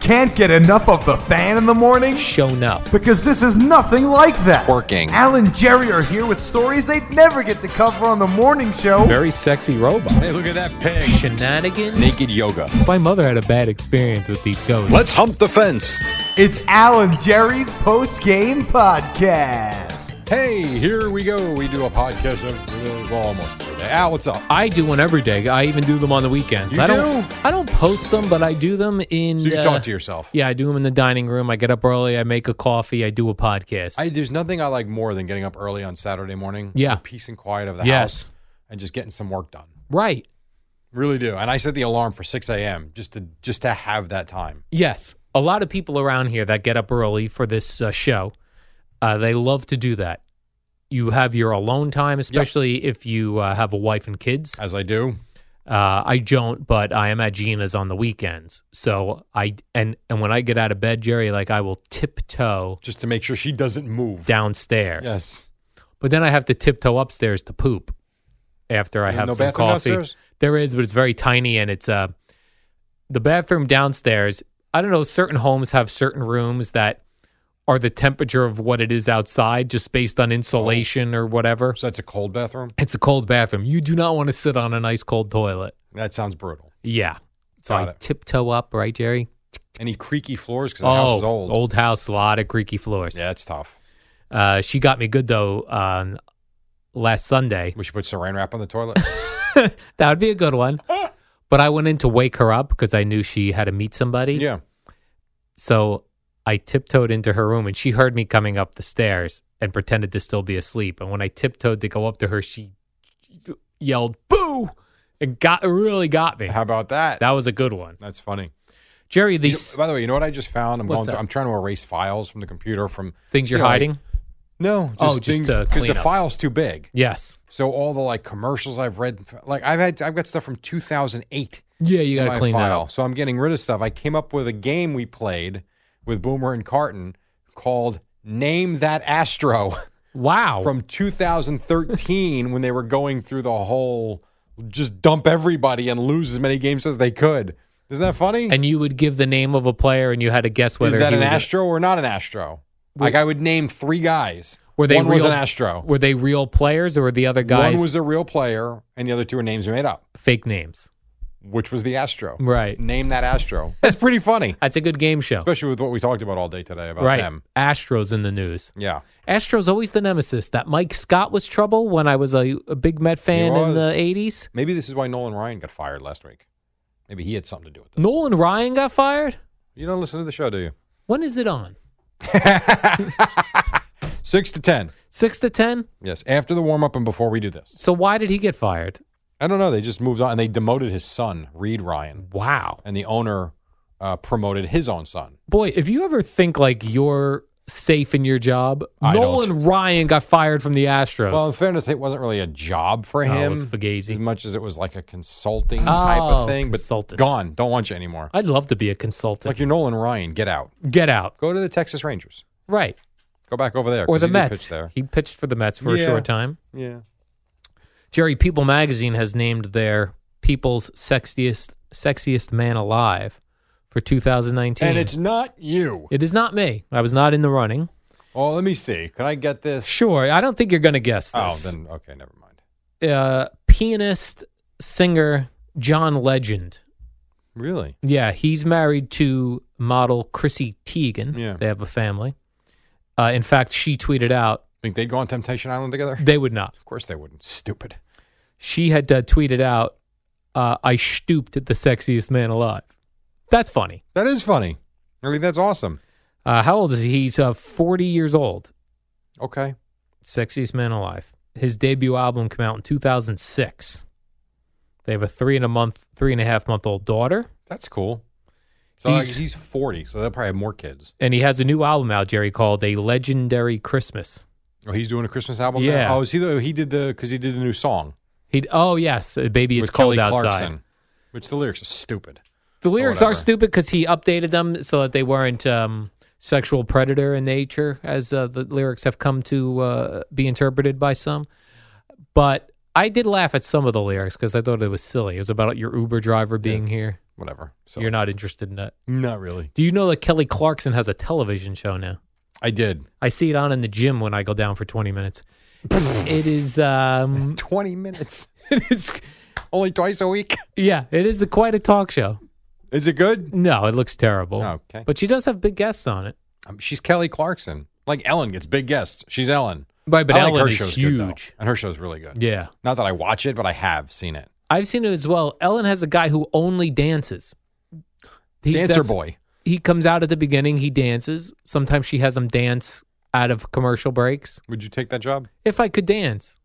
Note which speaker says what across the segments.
Speaker 1: Can't get enough of the fan in the morning?
Speaker 2: shown up.
Speaker 1: Because this is nothing like that.
Speaker 3: Twerking.
Speaker 1: Al and Jerry are here with stories they'd never get to cover on the morning show.
Speaker 2: Very sexy robot.
Speaker 3: Hey, look at that pig.
Speaker 2: Shenanigans.
Speaker 3: Naked yoga.
Speaker 2: My mother had a bad experience with these ghosts.
Speaker 3: Let's hump the fence.
Speaker 1: It's Al and Jerry's post game podcast.
Speaker 3: Hey, here we go. We do a podcast of well, almost every day. Al, what's up?
Speaker 2: I do one every day. I even do them on the weekends.
Speaker 3: You
Speaker 2: I don't.
Speaker 3: do?
Speaker 2: I don't post them, but I do them in.
Speaker 3: So you
Speaker 2: uh,
Speaker 3: talk to yourself.
Speaker 2: Yeah, I do them in the dining room. I get up early. I make a coffee. I do a podcast.
Speaker 3: I, there's nothing I like more than getting up early on Saturday morning.
Speaker 2: Yeah.
Speaker 3: The peace and quiet of the
Speaker 2: Yes.
Speaker 3: house. And just getting some work done.
Speaker 2: right.
Speaker 3: Really do. And I set the alarm for 6 a.m. just to just to have that time.
Speaker 2: Yes. A lot of people around here that get up early for this uh, show, uh, they love to do that. You have your alone time, especially if you uh, have a wife and kids.
Speaker 3: As I do.
Speaker 2: Uh, I don't, but I am at Gina's on the weekends. So I and and when I get out of bed, Jerry, like I will tiptoe
Speaker 3: Just to make sure she doesn't move.
Speaker 2: downstairs.
Speaker 3: Yes.
Speaker 2: But then I have to tiptoe upstairs to poop after I
Speaker 3: There's
Speaker 2: have
Speaker 3: no
Speaker 2: some
Speaker 3: bathroom
Speaker 2: coffee.
Speaker 3: downstairs?
Speaker 2: There is, but it's very tiny and it's uh the bathroom downstairs. I don't know, certain homes have certain rooms that are the temperature of what it is outside just based on insulation or whatever.
Speaker 3: So that's a cold bathroom?
Speaker 2: It's a cold bathroom. You do not want to sit on an ice cold toilet.
Speaker 3: That sounds brutal.
Speaker 2: Yeah. So
Speaker 3: Got
Speaker 2: I
Speaker 3: it.
Speaker 2: tiptoe up, right, Jerry?
Speaker 3: Any creaky floors? Because the
Speaker 2: Oh,
Speaker 3: house is old.
Speaker 2: house, a lot of creaky floors.
Speaker 3: Yeah, it's tough.
Speaker 2: Uh, she got me good though on last Sunday.
Speaker 3: We should put saran wrap on the toilet.
Speaker 2: That would be a good one.
Speaker 3: Ah!
Speaker 2: but I went in to wake her up because I knew she had to meet somebody.
Speaker 3: yeah.
Speaker 2: So I tiptoed into her room and she heard me coming up the stairs and pretended to still be asleep. And when I tiptoed to go up to her, she yelled "boo" and got really got me.
Speaker 3: How about that?
Speaker 2: that was a good one,
Speaker 3: That's funny.
Speaker 2: Jerry.
Speaker 3: You
Speaker 2: These
Speaker 3: know- by the way, you know what I just found? I'm going.
Speaker 2: What's
Speaker 3: Through,
Speaker 2: up?
Speaker 3: I'm trying to erase files from the computer from
Speaker 2: things you're
Speaker 3: you know, like-
Speaker 2: hiding?
Speaker 3: no, just
Speaker 2: Oh, just to
Speaker 3: because
Speaker 2: clean
Speaker 3: the
Speaker 2: up.
Speaker 3: file's too big.
Speaker 2: yes.
Speaker 3: So all the like commercials I've read, like I've had, I've got stuff from 2008.
Speaker 2: Yeah, you got
Speaker 3: in
Speaker 2: to
Speaker 3: my
Speaker 2: clean that
Speaker 3: file.
Speaker 2: up.
Speaker 3: So I'm getting rid of stuff. I came up with a game we played with Boomer and Carton called Name That Astro
Speaker 2: Wow.
Speaker 3: from 2013 when they were going through the whole just dump everybody and lose as many games as they could. Isn't that funny?
Speaker 2: and you would give the name of a player and you had to guess whether
Speaker 3: Is that
Speaker 2: he
Speaker 3: an
Speaker 2: was a-
Speaker 3: Astro or not an Astro? Like I would name three guys.
Speaker 2: were they
Speaker 3: one
Speaker 2: real,
Speaker 3: was an Astro.
Speaker 2: Were they real players or were the other guys
Speaker 3: One was a real player, and the other two were names we made up.
Speaker 2: fake names?
Speaker 3: Which was the Astro?
Speaker 2: Right.
Speaker 3: Name that Astro. That's pretty funny,
Speaker 2: That's a good game show.
Speaker 3: especially with what we talked about all day today about
Speaker 2: Right.
Speaker 3: them.
Speaker 2: Astros in the news.
Speaker 3: Yeah.
Speaker 2: Astros always the nemesis. That Mike Scott was trouble when I was a, a big Met fan in
Speaker 3: was.
Speaker 2: the 80s.
Speaker 3: Maybe this is why Nolan Ryan got fired last week. Maybe he had something to do with this.
Speaker 2: Nolan Ryan got fired?
Speaker 3: You don't listen to the show, do you?
Speaker 2: When is it on?
Speaker 3: Six to ten.
Speaker 2: 6 to 10?
Speaker 3: Yes. After the warm up and before we do this.
Speaker 2: So why did he get fired?
Speaker 3: I don't know. They just moved on and they demoted his son, Reed Ryan,
Speaker 2: Wow.
Speaker 3: and the owner uh, promoted his own son.
Speaker 2: Boy, if you ever think like you're safe in your job,
Speaker 3: I
Speaker 2: Nolan
Speaker 3: don't.
Speaker 2: Ryan got fired from the Astros.
Speaker 3: Well, in fairness, it wasn't really a job for
Speaker 2: No, Oh, it
Speaker 3: him.
Speaker 2: was Fugazi.
Speaker 3: As much as it was like a consulting type
Speaker 2: Oh,
Speaker 3: of thing, but
Speaker 2: consultant.
Speaker 3: gone. Don't want you anymore.
Speaker 2: I'd love to be a consultant.
Speaker 3: Like you're Nolan Ryan, get out.
Speaker 2: Get out.
Speaker 3: Go to the Texas Rangers.
Speaker 2: Right.
Speaker 3: Go back over there.
Speaker 2: Or
Speaker 3: 'cause
Speaker 2: the
Speaker 3: he did
Speaker 2: Mets.
Speaker 3: pitch there.
Speaker 2: He pitched for the Mets for a
Speaker 3: Yeah.
Speaker 2: short time.
Speaker 3: Yeah.
Speaker 2: Jerry People magazine has named their People's Sexiest Sexiest Man Alive for 2019.
Speaker 3: And it's not you.
Speaker 2: it is not me. I was not in the running.
Speaker 3: Oh, let me see. Can I get this?
Speaker 2: Sure, I don't think you're going to guess
Speaker 3: Oh,
Speaker 2: this.
Speaker 3: then okay, never mind.
Speaker 2: uh, pianist, singer John Legend.
Speaker 3: Really?
Speaker 2: Yeah, he's married to model Chrissy Teigen.
Speaker 3: Yeah.
Speaker 2: They have a family. Uh, in fact, she tweeted out
Speaker 3: Think they'd go on Temptation Island together?
Speaker 2: they would not.
Speaker 3: Of course they wouldn't. Stupid.
Speaker 2: she had uh, tweeted out uh, I stooped at the sexiest man alive. That's funny.
Speaker 3: That is funny. I mean, that's awesome.
Speaker 2: Uh, how old is he? He's uh, 40 years old.
Speaker 3: Okay.
Speaker 2: Sexiest man alive. His debut album came out in 2006. They have a three and a month, three and a half month old daughter,
Speaker 3: That's cool. So like,
Speaker 2: He's-
Speaker 3: he's, 40, so they'll probably have more kids.
Speaker 2: and he has a new album out, Jerry, called "A Legendary Christmas."
Speaker 3: Oh, he's doing a Christmas album.
Speaker 2: Yeah.
Speaker 3: Now? Oh, is he the, he did the because he did the new song
Speaker 2: He oh yes, uh, baby, it's
Speaker 3: with
Speaker 2: cold
Speaker 3: Kelly
Speaker 2: outside.
Speaker 3: Clarkson, which the lyrics are stupid.
Speaker 2: The lyrics are
Speaker 3: whatever.
Speaker 2: stupid because he updated them so that they weren't um, sexual predator in nature, as uh, the lyrics have come to uh, be interpreted by some. But I did laugh at some of the lyrics because I thought it was silly. It was about your Uber driver being here.
Speaker 3: Whatever. So
Speaker 2: You're not interested in that.
Speaker 3: not really.
Speaker 2: Do you know that Kelly Clarkson has a television show now?
Speaker 3: I did
Speaker 2: I see it on in the gym when I go down for 20 minutes. it is, um,
Speaker 3: 20 minutes,
Speaker 2: it is,
Speaker 3: only twice a week.
Speaker 2: yeah, it is a, quite a talk show.
Speaker 3: Is it good?
Speaker 2: No, it looks terrible.
Speaker 3: Okay.
Speaker 2: But she does have big guests on it.
Speaker 3: Um, she's Kelly Clarkson. Like Ellen gets big guests. She's Ellen.
Speaker 2: Right, but
Speaker 3: I like
Speaker 2: Ellen
Speaker 3: her
Speaker 2: is
Speaker 3: show's good, though.
Speaker 2: huge.
Speaker 3: and her show's really good.
Speaker 2: yeah.
Speaker 3: Not that I watch it, but I have seen it.
Speaker 2: I've seen it as well. Ellen has a guy who only dances. He's-
Speaker 3: Dancer
Speaker 2: that's-
Speaker 3: boy.
Speaker 2: He comes out at the beginning, he dances. Sometimes she has him dance out of commercial breaks.
Speaker 3: Would you take that job?
Speaker 2: If I could dance.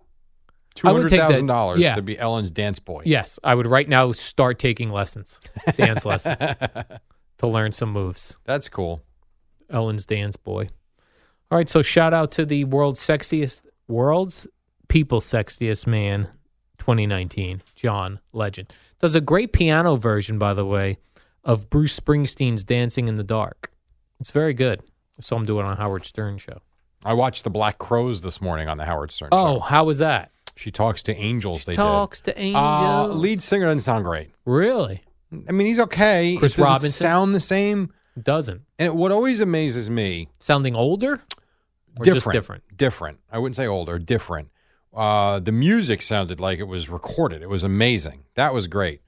Speaker 3: Two
Speaker 2: I would
Speaker 3: hundred
Speaker 2: take that.
Speaker 3: thousand dollars
Speaker 2: Yeah.
Speaker 3: to be Ellen's dance boy.
Speaker 2: Yes, I would right now start taking lessons, dance lessons to learn some moves.
Speaker 3: That's cool.
Speaker 2: Ellen's dance boy. All right, so shout out to the world's sexiest world's people sexiest man 2019, John Legend. Does a great piano version by the way of Bruce Springsteen's Dancing in the Dark. It's very good. So I'm doing it on Howard Stern show.
Speaker 3: I watched the Black Crows this morning on the Howard Stern.
Speaker 2: Oh,
Speaker 3: show.
Speaker 2: how was that?
Speaker 3: she talks to angels. they
Speaker 2: Talks to
Speaker 3: did.
Speaker 2: angels.
Speaker 3: Uh, lead singer doesn't sound great.
Speaker 2: really?
Speaker 3: I mean, he's okay.
Speaker 2: Chris
Speaker 3: it doesn't
Speaker 2: Robinson?
Speaker 3: sound the same.
Speaker 2: Doesn't.
Speaker 3: And what always amazes me,
Speaker 2: Sounding older? Or
Speaker 3: different,
Speaker 2: just different.
Speaker 3: different. I wouldn't say older, different. Uh, the music sounded like it was recorded. It was amazing. That was great.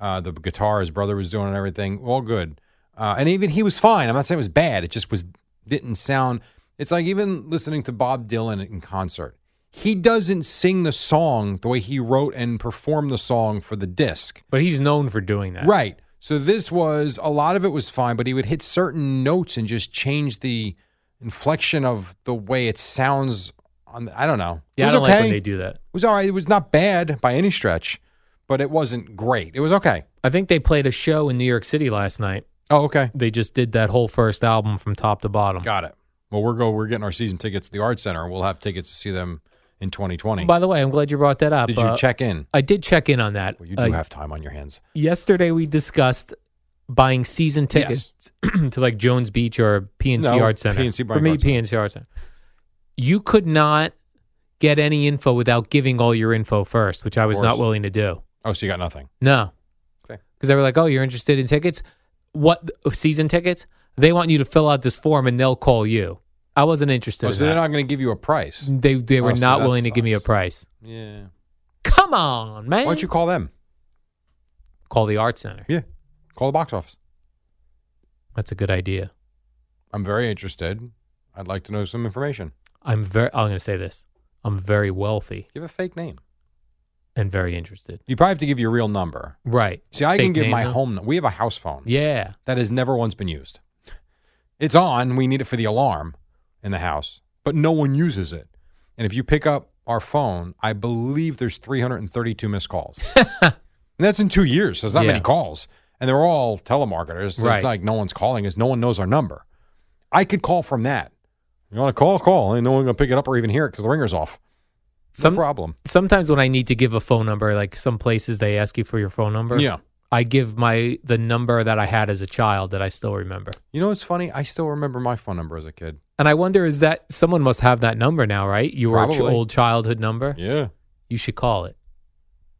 Speaker 3: Uh, the guitar his brother was doing and everything, all good. Uh, and even he was fine. I'm not saying it was bad. It just was didn't sound. It's like even listening to Bob Dylan in concert. He doesn't sing the song the way he wrote and performed the song for the disc.
Speaker 2: But he's known for doing that.
Speaker 3: Right. So this was a lot of it was fine, but he would hit certain notes and just change the inflection of the way it sounds. On the, I don't know.
Speaker 2: Yeah,
Speaker 3: it
Speaker 2: I
Speaker 3: was
Speaker 2: don't
Speaker 3: okay.
Speaker 2: like when they do that.
Speaker 3: It was all right. It was not bad by any stretch, but it wasn't great. It was okay.
Speaker 2: I think they played a show in New York City last night.
Speaker 3: Oh, okay.
Speaker 2: They just did that whole first album from top to bottom.
Speaker 3: Got it. Well, we're go. We're getting our season tickets to the Art Center. and We'll have tickets to see them in 2020.
Speaker 2: By the way, I'm glad you brought that up.
Speaker 3: Did you
Speaker 2: Uh,
Speaker 3: check in?
Speaker 2: I did check in on that.
Speaker 3: Well, you do
Speaker 2: Uh,
Speaker 3: have time on your hands.
Speaker 2: Yesterday we discussed buying season tickets to like Jones Beach or PNC
Speaker 3: No,
Speaker 2: Art Center.
Speaker 3: PNC
Speaker 2: For
Speaker 3: Bryant
Speaker 2: me,
Speaker 3: Art Center.
Speaker 2: PNC Art Center. You could not get any info without giving all your info first, which I was not
Speaker 3: course.
Speaker 2: willing to do.
Speaker 3: Oh, so you got nothing.
Speaker 2: No.
Speaker 3: Okay.
Speaker 2: Because they were like, oh, you're interested in tickets? What season tickets? They want you to fill out this form and they'll call you. I wasn't interested
Speaker 3: Oh,
Speaker 2: in
Speaker 3: so they're
Speaker 2: that.
Speaker 3: not going to give you a price.
Speaker 2: They they were
Speaker 3: Oh, so
Speaker 2: not
Speaker 3: that
Speaker 2: willing to give me a
Speaker 3: sucks.
Speaker 2: price.
Speaker 3: Yeah.
Speaker 2: Come on, man.
Speaker 3: Why don't you call them?
Speaker 2: call the art center?
Speaker 3: Yeah. Call the box office.
Speaker 2: That's a good idea.
Speaker 3: I'm very interested. I'd like to know some information.
Speaker 2: I'm very. I'm going to say this. I'm very wealthy
Speaker 3: Give a fake name.
Speaker 2: and very interested.
Speaker 3: You probably have to give your real number.
Speaker 2: Right.
Speaker 3: See, I
Speaker 2: Fake
Speaker 3: can give
Speaker 2: name,
Speaker 3: my
Speaker 2: though?
Speaker 3: home. We have a house phone
Speaker 2: Yeah.
Speaker 3: that has never once been used. It's on. We need it for the alarm in the house, but no one uses it. And if you pick up our phone, I believe there's 332 missed calls. and that's in two years. So there's not
Speaker 2: Yeah.
Speaker 3: many calls, and they're all telemarketers. So
Speaker 2: Right.
Speaker 3: It's like no one's calling us. No one knows our number. I could call from that. You want to call? Call. Ain't no one gonna pick it up or even hear it because the ringer's off.
Speaker 2: Some
Speaker 3: no problem.
Speaker 2: sometimes when I need to give a phone number, like some places they ask you for your phone number.
Speaker 3: Yeah.
Speaker 2: I give my the number that I had as a child that I still remember.
Speaker 3: You know what's funny? I still remember my phone number as a kid.
Speaker 2: And I wonder is that someone must have that number now, right? Your ch-
Speaker 3: Probably.
Speaker 2: old childhood number.
Speaker 3: Yeah.
Speaker 2: You should call it.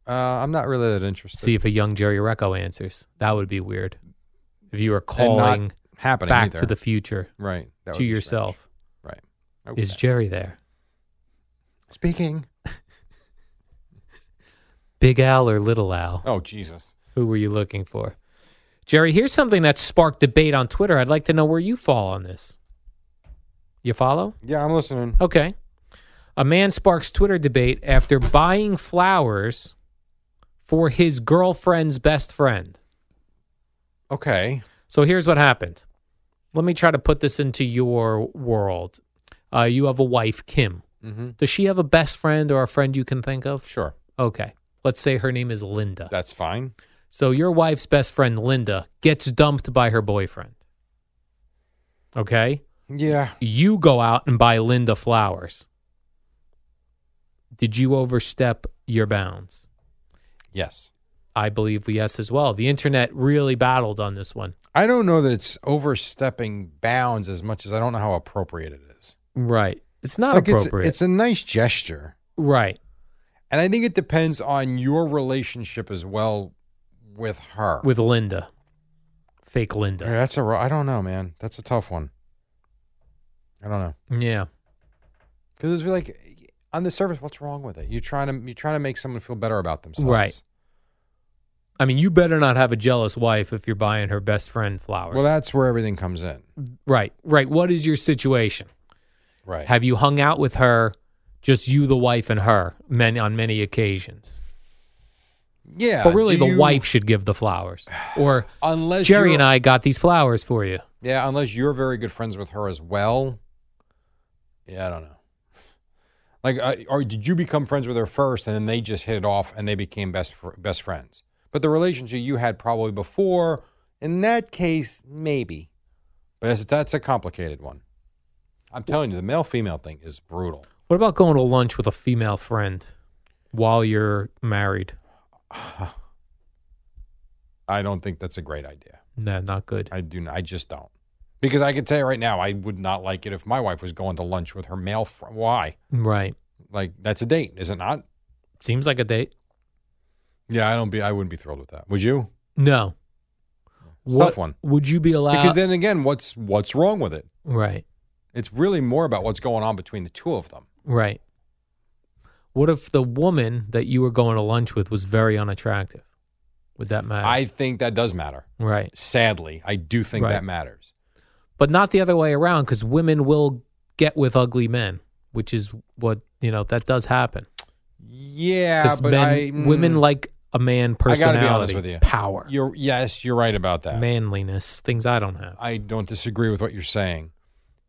Speaker 3: Uh, I'm not really that interested.
Speaker 2: See if a young Jerry Recco answers. That would be weird. If you were
Speaker 3: And not
Speaker 2: calling
Speaker 3: happening
Speaker 2: back
Speaker 3: either.
Speaker 2: to the future
Speaker 3: right that would
Speaker 2: to
Speaker 3: be
Speaker 2: yourself.
Speaker 3: strange. Right. Okay.
Speaker 2: Is Jerry there?
Speaker 3: Speaking.
Speaker 2: Big Al or Little Al?
Speaker 3: Oh Jesus.
Speaker 2: Who were you looking for? Jerry, here's something that sparked debate on Twitter. I'd like to know where you fall on this. You follow?
Speaker 3: Yeah, I'm listening.
Speaker 2: Okay. A man sparks Twitter debate after buying flowers for his girlfriend's best friend.
Speaker 3: Okay.
Speaker 2: So here's what happened. Let me try to put this into your world. Uh, you have a wife, Kim.
Speaker 3: Mm-hmm.
Speaker 2: Does she have a best friend or a friend you can think of?
Speaker 3: Sure.
Speaker 2: Okay. Let's say her name is Linda.
Speaker 3: That's fine.
Speaker 2: So your wife's best friend, Linda, gets dumped by her boyfriend. Okay?
Speaker 3: Yeah.
Speaker 2: You go out and buy Linda flowers. Did you overstep your bounds?
Speaker 3: Yes.
Speaker 2: I believe yes as well. The internet really battled on this one.
Speaker 3: I don't know that it's overstepping bounds as much as I don't know how appropriate it is.
Speaker 2: Right. It's not
Speaker 3: Like, it's-
Speaker 2: appropriate.
Speaker 3: it's a nice gesture.
Speaker 2: right.
Speaker 3: And I think it depends on your relationship as well with her.
Speaker 2: With Linda. Fake Linda.
Speaker 3: Yeah, that's a. ro- I don't know, man. That's a tough one. I don't know
Speaker 2: Yeah.
Speaker 3: because it's like on the surface, what's wrong with it? You're trying to you're trying to make someone feel better about themselves,
Speaker 2: Right. I mean, you better not have a jealous wife if you're buying her best friend flowers.
Speaker 3: Well, that's where everything comes in,
Speaker 2: right. Right. What is your situation?
Speaker 3: right?
Speaker 2: Have you hung out with her, just you, the wife, and her, many, on many occasions?
Speaker 3: yeah,
Speaker 2: but really,
Speaker 3: do
Speaker 2: the
Speaker 3: you-
Speaker 2: wife should give the flowers. Or
Speaker 3: unless
Speaker 2: Jerry
Speaker 3: you're-
Speaker 2: and I got these flowers for you.
Speaker 3: yeah, unless you're very good friends with her as well. Yeah, I don't know. Like, uh, or did you become friends with her first, and then they just hit it off, and they became best fr- best friends? But the relationship you had probably before, in that case, maybe. But that's, that's a complicated one. I'm telling you, the male female thing is brutal.
Speaker 2: What about going to lunch with a female friend while you're married?
Speaker 3: I don't think that's a great idea.
Speaker 2: No, not good.
Speaker 3: I do. n- I just don't. Because I can tell you right now, I would not like it if my wife was going to lunch with her male friend. Why?
Speaker 2: Right.
Speaker 3: Like that's a date, is it not?
Speaker 2: Seems like a date.
Speaker 3: Yeah, I don't be. I wouldn't be thrilled with that. Would you?
Speaker 2: No.
Speaker 3: Tough one.
Speaker 2: Would you be allowed?
Speaker 3: Because then again, what's what's wrong with it?
Speaker 2: right.
Speaker 3: It's really more about what's going on between the two of them.
Speaker 2: Right. What if the woman that you were going to lunch with was very unattractive? Would that matter?
Speaker 3: I think that does matter.
Speaker 2: right.
Speaker 3: Sadly, I do think
Speaker 2: Right.
Speaker 3: that matters.
Speaker 2: But not the other way around because women will get with ugly men, which is what, you know, that does happen.
Speaker 3: Yeah,
Speaker 2: 'Cause
Speaker 3: but
Speaker 2: men,
Speaker 3: I mm,
Speaker 2: women like a man
Speaker 3: I
Speaker 2: personality,
Speaker 3: gotta be honest with you.
Speaker 2: power,
Speaker 3: You're yes, you're right about that.
Speaker 2: manliness, things I don't have.
Speaker 3: I don't disagree with what you're saying.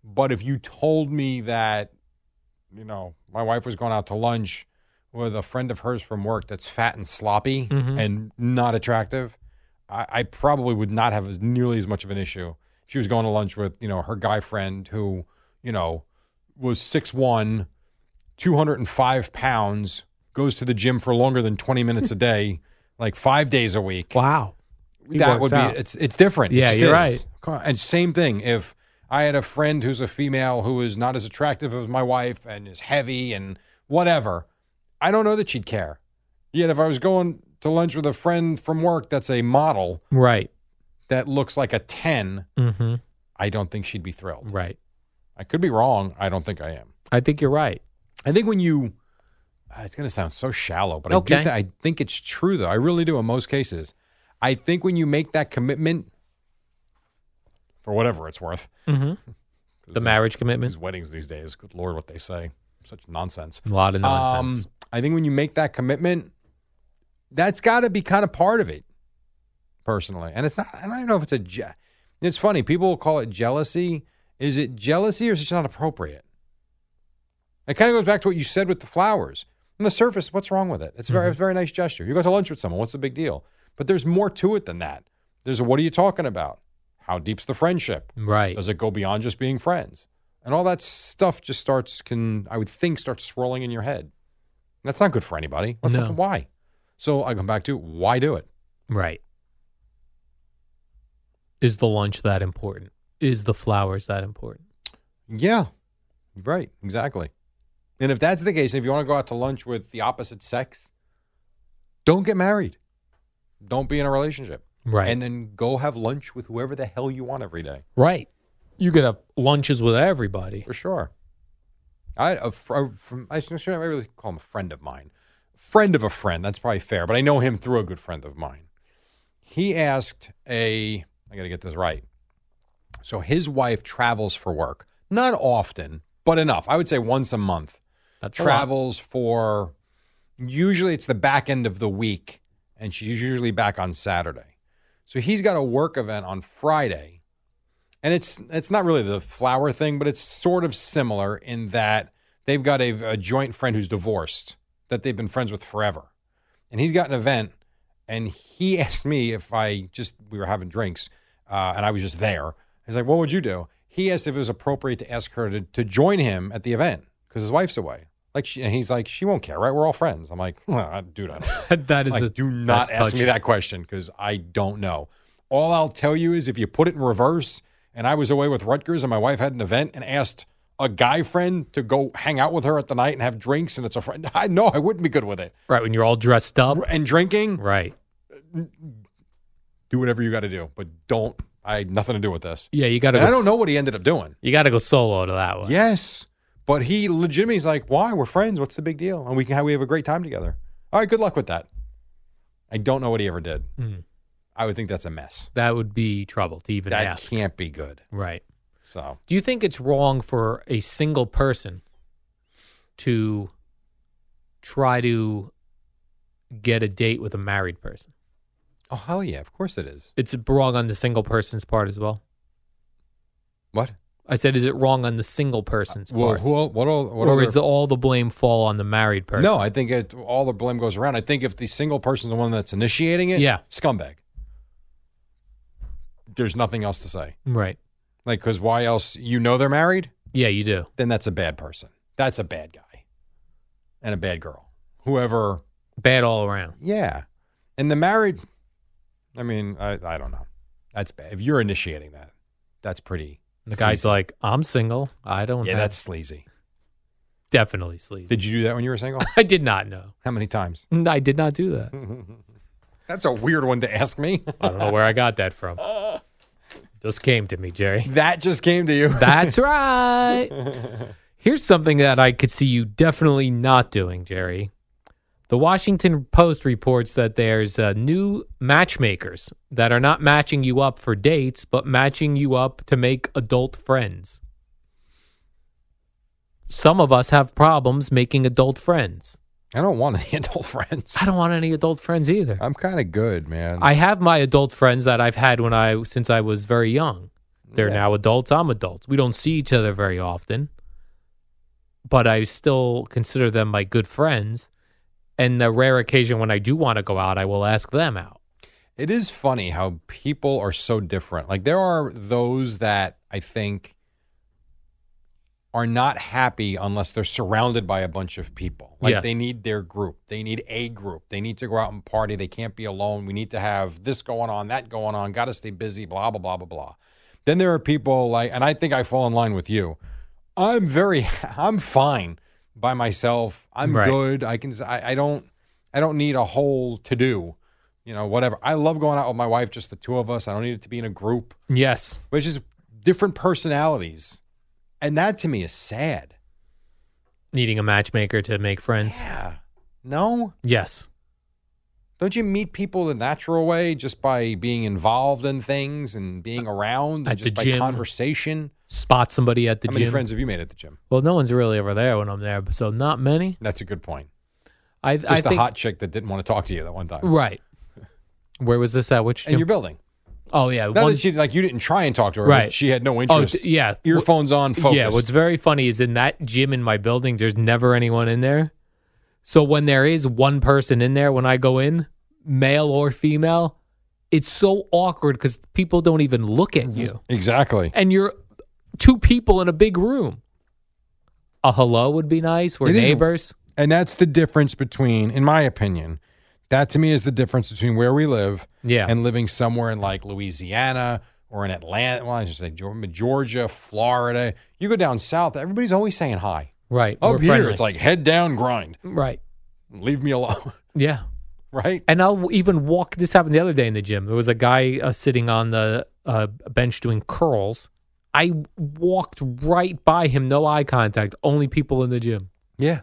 Speaker 3: But if you told me that, you know, my wife was going out to lunch with a friend of hers from work that's fat and sloppy
Speaker 2: Mhm.
Speaker 3: and not attractive, I, I probably would not have as nearly as much of an issue. She was going to lunch with, you know, her guy friend who, you know, was 6'1, 205 pounds, goes to the gym for longer than 20 minutes a day, like five days a week
Speaker 2: Wow. He
Speaker 3: that
Speaker 2: works
Speaker 3: would be
Speaker 2: out.
Speaker 3: it's it's different. It
Speaker 2: Yeah,
Speaker 3: just
Speaker 2: you're
Speaker 3: is.
Speaker 2: right.
Speaker 3: Come on. And same thing. If I had a friend who's a female who is not as attractive as my wife and is heavy and whatever, I don't know that she'd care. Yet if I was going to lunch with a friend from work that's a model
Speaker 2: Right.
Speaker 3: that looks like a ten,
Speaker 2: Mm-hmm.
Speaker 3: I don't think she'd be thrilled.
Speaker 2: Right.
Speaker 3: I could be wrong. I don't think I am.
Speaker 2: I think you're right.
Speaker 3: I think when you, ah, it's going to sound so shallow, but I, do
Speaker 2: Okay.
Speaker 3: th- I think it's true though. I really do in most cases. I think when you make that commitment, for whatever it's worth,
Speaker 2: Mm-hmm. The marriage commitment.
Speaker 3: these weddings these days, good lord, what they say, such nonsense.
Speaker 2: A lot of nonsense.
Speaker 3: Um, I think when you make that commitment, that's got to be kind of part of it, personally. And it's not. I don't even know if it's a. Je- it's funny. People call it jealousy. Is it jealousy or is it just not appropriate? It kind of goes back to what you said with the flowers. On the surface, what's wrong with it? It's a
Speaker 2: Mm-hmm.
Speaker 3: very, it's a very nice gesture. You go to lunch with someone. What's the big deal? But there's more to it than that. There's a, what are you talking about? How deep's the friendship?
Speaker 2: right.
Speaker 3: Does it go beyond just being friends? And all that stuff just starts can I would think starts swirling in your head. That's not good for anybody. What's the-
Speaker 2: No.
Speaker 3: why? So I come back to why do it?
Speaker 2: Right. Is the lunch that important? Is the flowers that important?
Speaker 3: Yeah. Right. Exactly. And if that's the case, if you want to go out to lunch with the opposite sex, don't get married. Don't be in a relationship.
Speaker 2: Right.
Speaker 3: And then go have lunch with whoever the hell you want every day.
Speaker 2: right. You could have lunches with everybody.
Speaker 3: For sure. I a, fr- a, from, I shouldn't I really call him a friend of mine. Friend of a friend. That's probably fair, but I know him through a good friend of mine. He asked a. I got to get this right. So his wife travels for work, not often, but enough. I would say once a month
Speaker 2: That's a lot.
Speaker 3: travels for usually it's the back end of the week and she's usually back on Saturday. So he's got a work event on Friday. And it's it's not really the flower thing, but it's sort of similar in that they've got a, a joint friend who's divorced that they've been friends with forever. And he's got an event and he asked me if I just we were having drinks uh, and I was just there. He's like, "What would you do?" He asked if it was appropriate to ask her to, to join him at the event because his wife's away. Like, she, and he's like, "She won't care, right? We're all friends." I'm like, well, I- "Dude, I don't know."
Speaker 2: that is
Speaker 3: Like,
Speaker 2: a
Speaker 3: do not
Speaker 2: that's
Speaker 3: ask me
Speaker 2: touching.
Speaker 3: that question because I don't know. All I'll tell you is if you put it in reverse, and I was away with Rutgers, and my wife had an event, and asked a guy friend to go hang out with her at the night and have drinks, and it's a friend. I know I wouldn't be good with it.
Speaker 2: Right when you're all dressed up.
Speaker 3: And drinking,
Speaker 2: Right.
Speaker 3: do whatever you got to do, but don't. I had nothing to do with this.
Speaker 2: Yeah, you got to.
Speaker 3: And I don't know what he ended up doing.
Speaker 2: You got to go solo to that one.
Speaker 3: Yes, but he legitimately is like, "Why? We're friends. What's the big deal? And we can have, we have a great time together. All right, good luck with that." I don't know what he ever did.
Speaker 2: Mm.
Speaker 3: I would think that's a mess.
Speaker 2: That would be trouble to even
Speaker 3: that
Speaker 2: ask.
Speaker 3: can't be good.
Speaker 2: Right.
Speaker 3: So
Speaker 2: Do you think it's wrong for a single person to try to get a date with a married person?
Speaker 3: oh hell yeah, of course it is.
Speaker 2: It's wrong on the single person's part as well.
Speaker 3: What?
Speaker 2: I said, is it wrong on the single person's
Speaker 3: Well,
Speaker 2: part?
Speaker 3: who? el- What? el- What?
Speaker 2: or
Speaker 3: other-
Speaker 2: is the, all the blame fall on the married person?
Speaker 3: no, I think it, all the blame goes around. I think if the single person's the one that's initiating it,
Speaker 2: Yeah.
Speaker 3: scumbag. There's nothing else to say.
Speaker 2: right.
Speaker 3: Like, because why else? You know they're married?
Speaker 2: Yeah, you do.
Speaker 3: Then that's a bad person. That's a bad guy and a bad girl. Whoever,
Speaker 2: Bad all around.
Speaker 3: yeah. And the married, I mean, I, I don't know. That's bad. If you're initiating that, that's pretty.
Speaker 2: The guy's
Speaker 3: sleazy.
Speaker 2: like, I'm single. I don't.
Speaker 3: yeah,
Speaker 2: have-
Speaker 3: that's sleazy.
Speaker 2: definitely sleazy.
Speaker 3: Did you do that when you were single?
Speaker 2: I did not know.
Speaker 3: How many times?
Speaker 2: I did not do that.
Speaker 3: That's a weird one to ask me.
Speaker 2: I don't know where I got that from. Just came to me, Jerry.
Speaker 3: that just came to you.
Speaker 2: That's right. Here's something that I could see you definitely not doing, Jerry. The Washington Post reports that there's uh, new matchmakers that are not matching you up for dates, but matching you up to make adult friends. Some of us have problems making adult friends.
Speaker 3: I don't want to handle friends.
Speaker 2: I don't want any adult friends either.
Speaker 3: I'm kind of good, man.
Speaker 2: I have my adult friends that I've had when I since I was very young. They're
Speaker 3: Yeah.
Speaker 2: now adults. I'm adults. We don't see each other very often, but I still consider them my good friends. And the rare occasion when I do want to go out, I will ask them out.
Speaker 3: It is funny how people are so different. Like there are those that I think are not happy unless they're surrounded by a bunch of people. Like
Speaker 2: Yes.
Speaker 3: they need their group. They need a group. They need to go out and party. They can't be alone. We need to have this going on, that going on. Got to stay busy, blah blah blah blah blah. Then there are people like and I think I fall in line with you. I'm very I'm fine by myself. I'm
Speaker 2: Right.
Speaker 3: good. I can I, I don't I don't need a whole to do, you know, whatever. I love going out with my wife, just the two of us. I don't need it to be in a group,
Speaker 2: Yes,
Speaker 3: which is different personalities. And that to me is sad.
Speaker 2: needing a matchmaker to make friends.
Speaker 3: Yeah. No?
Speaker 2: Yes,
Speaker 3: Don't you meet people the natural way just by being involved in things and being around and
Speaker 2: Uh, At the
Speaker 3: just by
Speaker 2: gym.
Speaker 3: conversation?
Speaker 2: spot somebody at the
Speaker 3: How
Speaker 2: gym.
Speaker 3: many friends have you made at the gym?
Speaker 2: Well, no one's really ever there when I'm there, so not many.
Speaker 3: That's a good point.
Speaker 2: I
Speaker 3: Just
Speaker 2: I
Speaker 3: the
Speaker 2: think
Speaker 3: hot chick that didn't want to talk to you that one time.
Speaker 2: right. Where was this at? Which
Speaker 3: And
Speaker 2: gym?
Speaker 3: your building.
Speaker 2: oh yeah,
Speaker 3: Now
Speaker 2: one-
Speaker 3: that she like you didn't try and talk to her, but
Speaker 2: Right.
Speaker 3: she had no
Speaker 2: oh
Speaker 3: interest.
Speaker 2: d- yeah. Wh-
Speaker 3: Earphones on, focused.
Speaker 2: Yeah, what's very funny is in that gym in my building, there's never anyone in there. So when there is one person in there, when I go in, male or female, it's so awkward because people don't even look at
Speaker 3: Mm-hmm.
Speaker 2: you.
Speaker 3: exactly.
Speaker 2: And you're two people in a big room. A hello would be nice. We're
Speaker 3: It is-
Speaker 2: neighbors.
Speaker 3: And that's the difference between, in my opinion, that to me is the difference between where we live
Speaker 2: Yeah.
Speaker 3: and living somewhere in like Louisiana or in Atlanta. Well, I should say Geor- Georgia, Florida. You go down south, everybody's always saying hi.
Speaker 2: right.
Speaker 3: Up
Speaker 2: we're
Speaker 3: Oh, here,
Speaker 2: friendly.
Speaker 3: it's like head down, grind,
Speaker 2: Right.
Speaker 3: leave me alone,
Speaker 2: Yeah.
Speaker 3: right?
Speaker 2: And I'll even walk. This happened the other day in the gym. There was a guy uh, sitting on the uh, bench doing curls. I walked right by him, no eye contact, only people in the gym.
Speaker 3: Yeah.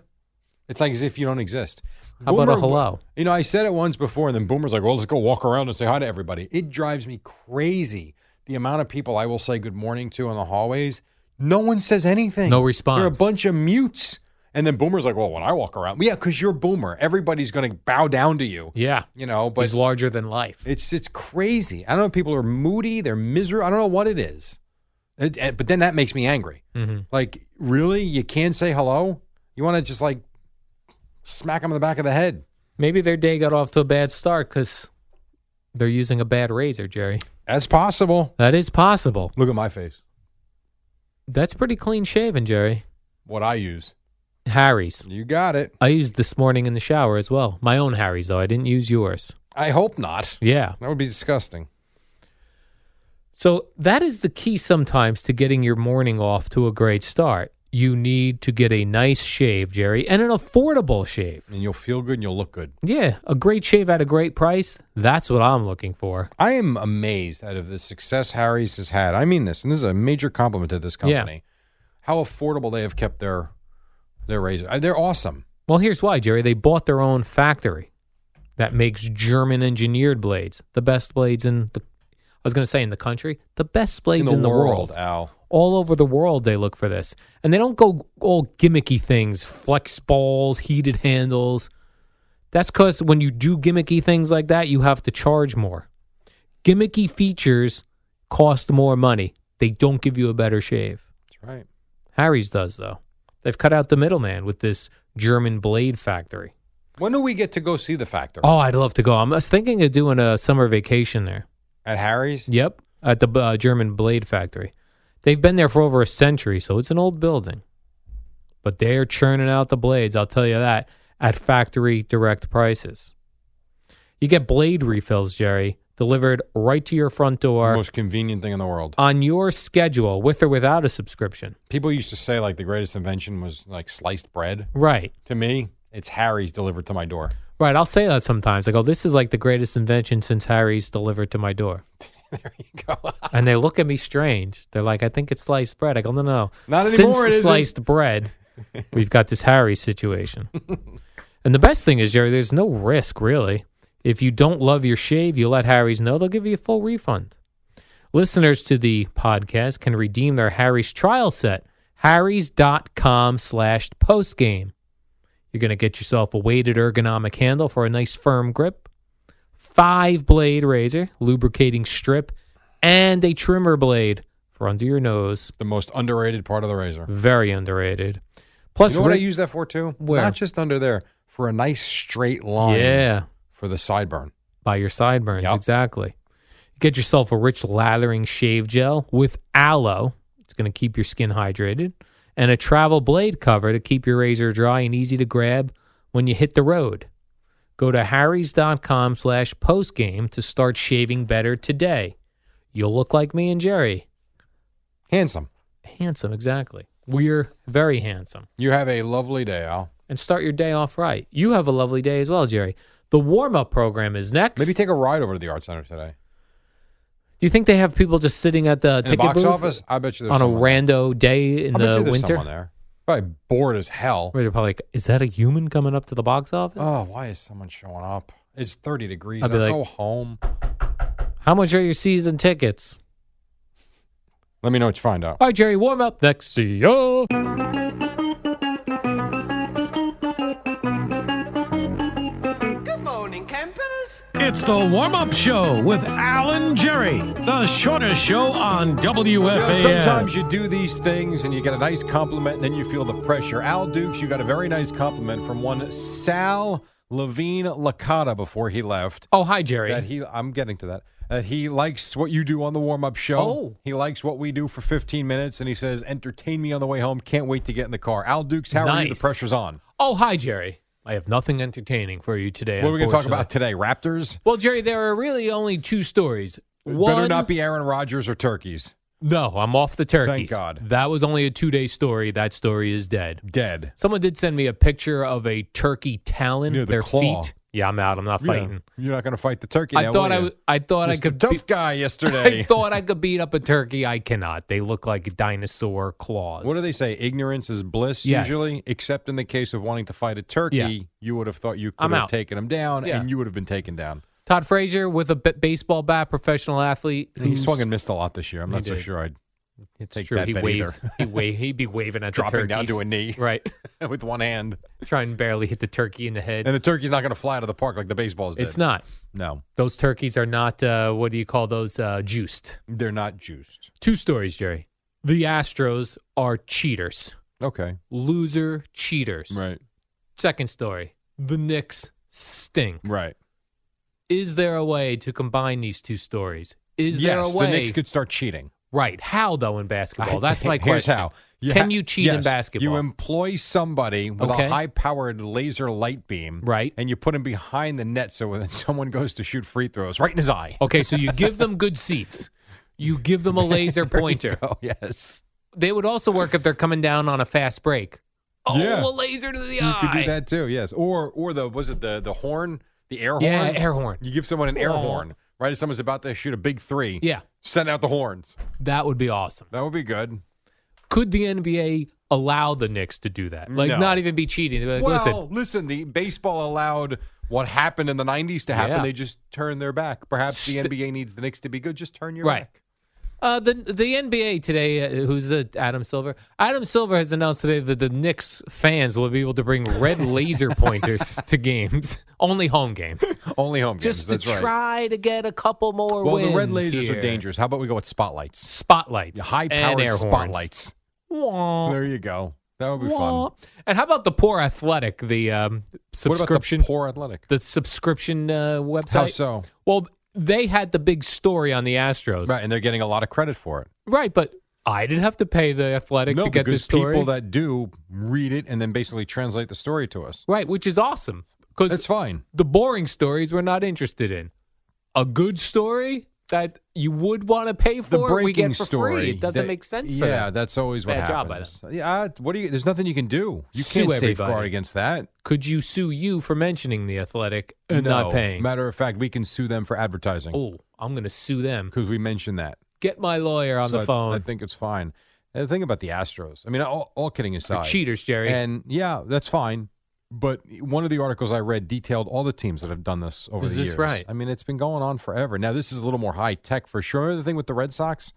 Speaker 3: It's like as if you don't exist.
Speaker 2: How about a hello?
Speaker 3: You know, I said it once before, and then Boomer's like, well, let's go walk around and say hi to everybody. It drives me crazy the amount of people I will say good morning to in the hallways. No one says anything.
Speaker 2: No
Speaker 3: They're a
Speaker 2: response.
Speaker 3: bunch of mutes. And then Boomer's like, well, when I walk around, yeah, because you're Boomer. Everybody's going to bow down to you,
Speaker 2: Yeah.
Speaker 3: you know. But
Speaker 2: He's larger than life.
Speaker 3: it's it's crazy. I don't know. if People are moody. They're miserable. I don't know what it is. It- it- but then that makes me angry.
Speaker 2: hmm
Speaker 3: Like, really, you can't say hello. You want to just like smack them in the back of the head.
Speaker 2: Maybe their day got off to a bad start because they're using a bad razor, Jerry.
Speaker 3: That's possible.
Speaker 2: That is possible.
Speaker 3: Look at my face.
Speaker 2: That's pretty clean shaven, Jerry.
Speaker 3: What I use.
Speaker 2: Harry's.
Speaker 3: You got it.
Speaker 2: I used this morning in the shower as well. My own Harry's, though. I didn't use yours.
Speaker 3: I hope not.
Speaker 2: Yeah.
Speaker 3: That would be disgusting.
Speaker 2: So that is the key sometimes to getting your morning off to a great start. You need to get a nice shave, Jerry, and an affordable shave.
Speaker 3: And you'll feel good and you'll look good.
Speaker 2: Yeah, a great shave at a great price. That's what I'm looking for.
Speaker 3: I am amazed out of the success Harry's has had. I mean this, and this is a major compliment to this
Speaker 2: Yeah.
Speaker 3: company. How affordable they have kept their their razor. Uh, They're awesome.
Speaker 2: Well, here's why, Jerry. They bought their own factory that makes German engineered blades, the best blades in the I was going to say in the country, the best blades in the, world.
Speaker 3: Al.
Speaker 2: All over the world they look for this. And they don't go all gimmicky things, flex balls, heated handles. That's cuz when you do gimmicky things like that, you have to charge more. Gimmicky features cost more money. They don't give you a better shave.
Speaker 3: That's right.
Speaker 2: Harry's does though. They've cut out the middleman with this German blade factory.
Speaker 3: When do we get to go see the factory?
Speaker 2: Oh, I'd love to go. I'm I was thinking of doing a summer vacation there.
Speaker 3: At Harry's?
Speaker 2: Yep, at the uh, German blade factory. They've been there for over a century, so it's an old building. But they're churning out the blades, I'll tell you that, at factory direct prices. You get blade refills, Jerry, delivered right to your front door
Speaker 3: Most convenient thing in the world.
Speaker 2: on your schedule with or without a subscription.
Speaker 3: People used to say like the greatest invention was like sliced bread.
Speaker 2: Right.
Speaker 3: To me, it's Harry's delivered to my door.
Speaker 2: Right, I'll say that sometimes. I go, this is like the greatest invention since Harry's delivered to my door.
Speaker 3: there you go.
Speaker 2: And they look at me strange. They're like, I think it's sliced bread. I go, no, no, no.
Speaker 3: Not
Speaker 2: Since
Speaker 3: anymore,
Speaker 2: the
Speaker 3: it isn't."
Speaker 2: sliced bread, we've got this Harry's situation. and the best thing is, Jerry, there's no risk, really. If you don't love your shave, you let Harry's know, they'll give you a full refund. Listeners to the podcast can redeem their Harry's trial set, harrys.com slash postgame. You're going to get yourself a weighted ergonomic handle for a nice firm grip, five blade razor, lubricating strip, and a trimmer blade for under your nose.
Speaker 3: the most underrated part of the razor.
Speaker 2: Very underrated. Plus,
Speaker 3: you know what I
Speaker 2: ri-
Speaker 3: use that for too?
Speaker 2: Where?
Speaker 3: Not just under there, for a nice straight line.
Speaker 2: Yeah,
Speaker 3: For the sideburn.
Speaker 2: by your sideburns.
Speaker 3: Yup.
Speaker 2: Exactly. Get yourself a rich lathering shave gel with aloe. It's going to keep your skin hydrated. And a travel blade cover to keep your razor dry and easy to grab when you hit the road. Go to harrys.com slash postgame to start shaving better today. You'll look like me and Jerry.
Speaker 3: Handsome.
Speaker 2: Handsome, exactly. We're very handsome.
Speaker 3: You have a lovely day, Al.
Speaker 2: and start your day off right. You have a lovely day as well, Jerry. The warm up program is next.
Speaker 3: Maybe take a ride over to the art center today.
Speaker 2: Do you think they have people just sitting at the
Speaker 3: In the
Speaker 2: ticket
Speaker 3: box
Speaker 2: booth
Speaker 3: office, I bet you
Speaker 2: on
Speaker 3: there's
Speaker 2: a
Speaker 3: someone there.
Speaker 2: rando day in
Speaker 3: I bet you
Speaker 2: the
Speaker 3: there's
Speaker 2: winter?
Speaker 3: someone there. Probably bored as hell.
Speaker 2: Where they're probably like, is that a human coming up to the box office?
Speaker 3: Oh, why is someone showing up? It's 30 degrees.
Speaker 2: I'd be
Speaker 3: out.
Speaker 2: like-
Speaker 3: go home.
Speaker 2: How much are your season tickets?
Speaker 3: Let me know what you find out.
Speaker 2: All right, Jerry, warm up next. E See ya.
Speaker 4: It's the warm up show with Alan Jerry, the shortest show on WFAN.
Speaker 3: sometimes you do these things and you get a nice compliment, and then you feel the pressure. Al Dukes, you got a very nice compliment from one Sal Levine Licata before he left.
Speaker 2: Oh, hi, Jerry.
Speaker 3: That he, I'm getting to that. That he likes what you do on the warm up show.
Speaker 2: Oh.
Speaker 3: He likes what we do for 15 minutes, and he says, "Entertain me on the way home. Can't wait to get in the car." Al Dukes, how are you? The
Speaker 2: Nice.
Speaker 3: pressure's on.
Speaker 2: oh, hi, Jerry. I have nothing entertaining for you today.
Speaker 3: what are we going to talk
Speaker 2: unfortunately.
Speaker 3: about today? Raptors.
Speaker 2: Well, Jerry, there are really only two stories.
Speaker 3: It
Speaker 2: One,
Speaker 3: Better not be Aaron Rodgers or turkeys.
Speaker 2: No, I'm off the turkeys.
Speaker 3: God.
Speaker 2: That was only a two day story. That story is dead.
Speaker 3: Dead.
Speaker 2: Someone did send me a picture of a turkey talon,
Speaker 3: Yeah, the
Speaker 2: their
Speaker 3: claw.
Speaker 2: feet. Yeah, I'm out. I'm not
Speaker 3: Yeah.
Speaker 2: fighting.
Speaker 3: You're not going to fight the turkey.
Speaker 2: I
Speaker 3: now,
Speaker 2: thought
Speaker 3: will
Speaker 2: I,
Speaker 3: you?
Speaker 2: w- I thought I
Speaker 3: Mr.
Speaker 2: could.
Speaker 3: tough
Speaker 2: be-
Speaker 3: guy
Speaker 2: I
Speaker 3: yesterday.
Speaker 2: thought I could beat up a turkey. I cannot. They look like dinosaur claws.
Speaker 3: What do they say? Ignorance is bliss.
Speaker 2: Yes.
Speaker 3: Usually, except in the case of wanting to fight a turkey,
Speaker 2: Yeah.
Speaker 3: you would have thought you could
Speaker 2: I'm
Speaker 3: have
Speaker 2: out.
Speaker 3: taken him down,
Speaker 2: Yeah.
Speaker 3: and you would have been taken down.
Speaker 2: Todd Frazier with a b- baseball bat, professional athlete.
Speaker 3: He
Speaker 2: who's-
Speaker 3: swung and missed a lot this year. I'm
Speaker 2: He
Speaker 3: not so
Speaker 2: did.
Speaker 3: sure I'd
Speaker 2: It's
Speaker 3: Take
Speaker 2: true.
Speaker 3: that
Speaker 2: He
Speaker 3: bet
Speaker 2: waves.
Speaker 3: either.
Speaker 2: he wave. He'd be waving at the
Speaker 3: dropping down
Speaker 2: turkeys.
Speaker 3: to a knee
Speaker 2: Right.
Speaker 3: with one hand.
Speaker 2: Try and barely hit the turkey in the head.
Speaker 3: And the turkey's not going to fly out of the park like the baseballs did.
Speaker 2: it's not.
Speaker 3: No,
Speaker 2: Those turkeys are not. Uh, what do you call those? Uh, juiced.
Speaker 3: they're not juiced.
Speaker 2: Two stories, Jerry. The Astros are cheaters.
Speaker 3: Okay.
Speaker 2: Loser cheaters.
Speaker 3: Right.
Speaker 2: Second story. The Knicks stink.
Speaker 3: Right.
Speaker 2: Is there a way to combine these two stories? Is there
Speaker 3: yes,
Speaker 2: a way?
Speaker 3: the Knicks could start cheating.
Speaker 2: Right. How though in basketball? That's my question.
Speaker 3: Here's how.
Speaker 2: Can
Speaker 3: ha-
Speaker 2: you cheat in
Speaker 3: yes, You
Speaker 2: basketball?
Speaker 3: employ somebody with
Speaker 2: Okay.
Speaker 3: a high-powered laser light beam,
Speaker 2: Right.
Speaker 3: And you put him behind the net so when someone goes to shoot free throws, right in his eye.
Speaker 2: Okay, so you give them good seats. You give them a laser pointer.
Speaker 3: Oh yes,
Speaker 2: They would also work if they're coming down on a fast break. Oh,
Speaker 3: Yeah.
Speaker 2: a laser to the
Speaker 3: you
Speaker 2: eye.
Speaker 3: could do that too. Yes, or or the was it the the horn, the air
Speaker 2: Yeah,
Speaker 3: horn?
Speaker 2: air horn.
Speaker 3: You give someone an air
Speaker 2: Oh.
Speaker 3: horn right as someone's about to shoot a big three.
Speaker 2: Yeah,
Speaker 3: send out the horns.
Speaker 2: that would be awesome.
Speaker 3: That would be good.
Speaker 2: Could the NBA allow the Knicks to do that? Like,
Speaker 3: No.
Speaker 2: not even be cheating. They'd be Like,
Speaker 3: well,
Speaker 2: Uh, listen,
Speaker 3: listen, the baseball allowed what happened in the 90s to happen.
Speaker 2: Yeah.
Speaker 3: They just turned their back. Perhaps
Speaker 2: St-
Speaker 3: the NBA needs the Knicks to be good. Just turn your
Speaker 2: Right.
Speaker 3: back.
Speaker 2: uh, the the NBA today, uh, who's uh, Adam Silver? Adam Silver has announced today that the Knicks fans will be able to bring red laser pointers to games, only home games,
Speaker 3: Only home
Speaker 2: just
Speaker 3: games.
Speaker 2: to
Speaker 3: That's right.
Speaker 2: try to get a couple more.
Speaker 3: Well, the red
Speaker 2: wins
Speaker 3: lasers
Speaker 2: here.
Speaker 3: are dangerous. How about we go with spotlights?
Speaker 2: spotlights,
Speaker 3: High
Speaker 2: and
Speaker 3: powered
Speaker 2: air
Speaker 3: spotlights.
Speaker 2: Horns.
Speaker 3: There you go. That would be fun.
Speaker 2: Wah. And how about the poor athletic? The um,
Speaker 3: What about
Speaker 2: subscription,
Speaker 3: the poor athletic?
Speaker 2: the, subscription uh, website.
Speaker 3: How so?
Speaker 2: Well, they had the big story on the Astros,
Speaker 3: Right, and they're getting a lot of credit for it.
Speaker 2: Right, but I didn't have to pay the athletic
Speaker 3: no,
Speaker 2: to get
Speaker 3: because
Speaker 2: this story.
Speaker 3: people that do read it and then basically translate the story to us.
Speaker 2: right, which is awesome because
Speaker 3: That's fine.
Speaker 2: the boring stories we're not interested in. A good story that you would want to pay
Speaker 3: the
Speaker 2: for,
Speaker 3: breaking
Speaker 2: we get for
Speaker 3: story.
Speaker 2: free. It doesn't
Speaker 3: that-
Speaker 2: make sense.
Speaker 3: Yeah,
Speaker 2: for them.
Speaker 3: that's always what
Speaker 2: Bad job by
Speaker 3: happens. Yeah, uh, what do you? There's nothing you can do. You
Speaker 2: Sue
Speaker 3: can't safeguard
Speaker 2: everybody.
Speaker 3: against that.
Speaker 2: Could you sue you for mentioning the athletic and
Speaker 3: no.
Speaker 2: not paying?
Speaker 3: Matter of fact, we can sue them for advertising
Speaker 2: Oh, I'm going to sue them.
Speaker 3: because we mentioned that
Speaker 2: Get my lawyer on
Speaker 3: So
Speaker 2: the
Speaker 3: I-
Speaker 2: phone.
Speaker 3: I, think it's fine. And the thing about the Astros, I mean, all, all kidding
Speaker 2: They're
Speaker 3: aside,
Speaker 2: cheaters, Jerry.
Speaker 3: and yeah, that's fine. But one of the articles I read detailed all the teams that have done this over
Speaker 2: Is
Speaker 3: the
Speaker 2: this
Speaker 3: years.
Speaker 2: right?
Speaker 3: I mean, it's been going on forever. Now this is a little more high tech for sure. Remember the thing with the Red Sox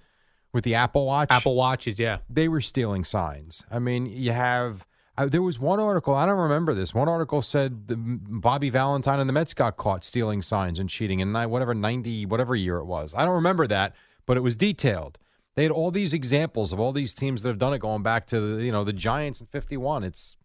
Speaker 3: with the Apple Watch?
Speaker 2: Apple Watches, yeah.
Speaker 3: they were stealing signs. I mean, you have I, there was one article I don't remember this. One article said the, Bobby Valentine and the Mets got caught stealing signs and cheating in ni- whatever ninety whatever year it was. I don't remember that, but it was detailed. They had all these examples of all these teams that have done it, going back to the, you know the Giants in fifty one. It's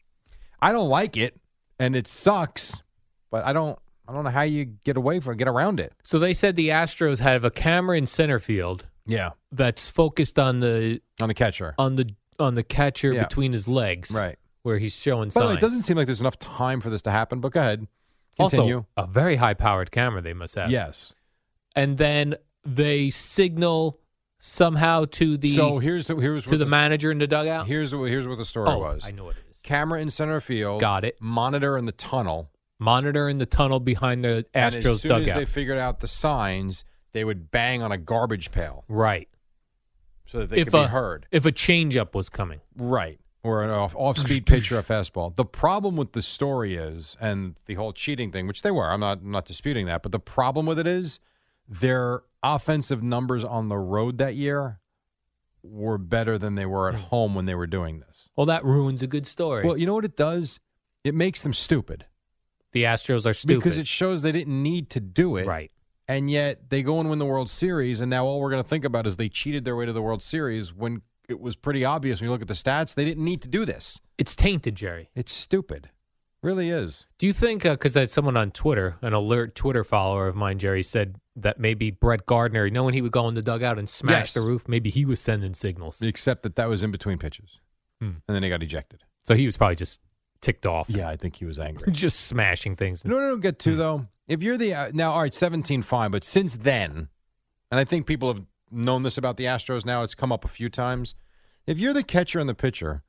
Speaker 3: I don't like it, and it sucks, but I don't I don't know how you get away from get around it.
Speaker 2: So they said the Astros have a camera in center field
Speaker 3: Yeah,
Speaker 2: that's focused on the
Speaker 3: on the catcher,
Speaker 2: on the on the catcher
Speaker 3: Yeah.
Speaker 2: between his legs,
Speaker 3: right?
Speaker 2: where he's showing
Speaker 3: But
Speaker 2: signs.
Speaker 3: it doesn't seem like there's enough time for this to happen. But go ahead, continue.
Speaker 2: also, a very high powered camera they must have.
Speaker 3: Yes.
Speaker 2: and then they signal somehow to the
Speaker 3: so here's the, here's
Speaker 2: to
Speaker 3: what
Speaker 2: the manager in the dugout.
Speaker 3: here's what here's what the story
Speaker 2: oh,
Speaker 3: was.
Speaker 2: I know what it is.
Speaker 3: Camera in center field.
Speaker 2: Got it.
Speaker 3: Monitor in the tunnel.
Speaker 2: Monitor in the tunnel behind the
Speaker 3: and
Speaker 2: Astros
Speaker 3: as soon
Speaker 2: dugout.
Speaker 3: as they figured out the signs, they would bang on a garbage pail
Speaker 2: right.
Speaker 3: so that they
Speaker 2: if
Speaker 3: could
Speaker 2: a
Speaker 3: be heard.
Speaker 2: if a changeup was coming,
Speaker 3: Right. Or an off, off-speed pitch or a fastball. The problem with the story is, and the whole cheating thing, which they were, I'm not I'm not disputing that, but the problem with it is their offensive numbers on the road that year were better than they
Speaker 2: Hmm.
Speaker 3: were at home when they were doing this.
Speaker 2: well, that ruins a good story.
Speaker 3: Well, you know what it does? It makes them stupid,
Speaker 2: the Astros are stupid.
Speaker 3: because it shows they didn't need to do it.
Speaker 2: right.
Speaker 3: And yet they go and win the World Series, and now all we're going to think about is they cheated their way to the World Series when it was pretty obvious when you look at the stats they didn't need to do this.
Speaker 2: It's tainted, Jerry.
Speaker 3: It's stupid, really is.
Speaker 2: Do you think, because had someone on Twitter, an alert Twitter follower of mine, Jerry, said that maybe Brett Gardner, you know, when he would go in the dugout and smash
Speaker 3: Yes.
Speaker 2: the roof, maybe he was sending signals.
Speaker 3: Except that that was in between pitches,
Speaker 2: Hmm.
Speaker 3: and then he got ejected.
Speaker 2: So he was probably just ticked off.
Speaker 3: Yeah, I think he was angry.
Speaker 2: Just smashing things.
Speaker 3: you know what I don't get to though? If you're the uh, now, all right, seventeen, fine, but since then, and I think people have known this about the Astros now. It's come up a few times. If you're the catcher and the pitcher,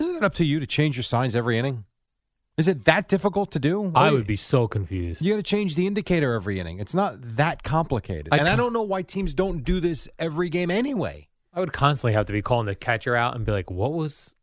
Speaker 3: isn't it up to you to change your signs every inning? Is it that difficult to do?
Speaker 2: I would be so confused.
Speaker 3: You got to change the indicator every inning. It's not that complicated,
Speaker 2: I
Speaker 3: and I
Speaker 2: ca-
Speaker 3: don't know why teams don't do this every game anyway.
Speaker 2: I would constantly have to be calling the catcher out and be like, what was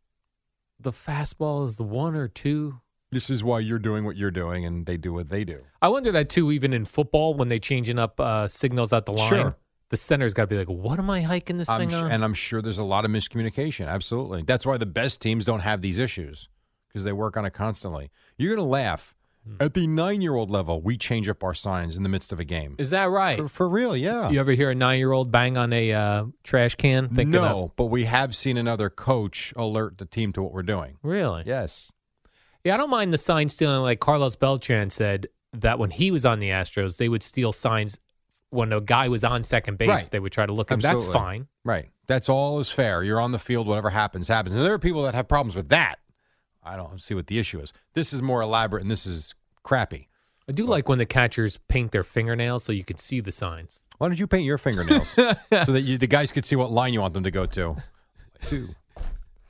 Speaker 2: the fastball? Is the one or two?
Speaker 3: This is why you're doing what you're doing, and they do what they do.
Speaker 2: I wonder that too, even in football, when they changing up uh, signals at the line.
Speaker 3: Sure.
Speaker 2: the center's got to be like, what am I hiking this
Speaker 3: I'm
Speaker 2: thing
Speaker 3: su-
Speaker 2: on?
Speaker 3: and I'm sure there's a lot of miscommunication. Absolutely. That's why the best teams don't have these issues because they work on it constantly. You're going to laugh.
Speaker 2: Hmm.
Speaker 3: At the nine year old level, we change up our signs in the midst of a game.
Speaker 2: Is that right?
Speaker 3: For, for real, yeah.
Speaker 2: You ever hear a nine-year-old bang on a uh, trash can? Thinking
Speaker 3: no,
Speaker 2: of-
Speaker 3: but we have seen another coach alert the team to what we're doing.
Speaker 2: really?
Speaker 3: Yes.
Speaker 2: Yeah, I don't mind the sign stealing. Like Carlos Beltran said that when he was on the Astros, they would steal signs when a guy was on second base.
Speaker 3: Right.
Speaker 2: They would try to look him.
Speaker 3: Absolutely.
Speaker 2: That's fine.
Speaker 3: Right. That's all is fair. You're on the field. Whatever happens, happens. And there are people that have problems with that. I don't see what the issue is. This is more elaborate and this is crappy.
Speaker 2: I do like when the catchers paint their fingernails so you can see the signs.
Speaker 3: Why don't you paint your fingernails so that you, the guys could see what line you want them to go to? Two,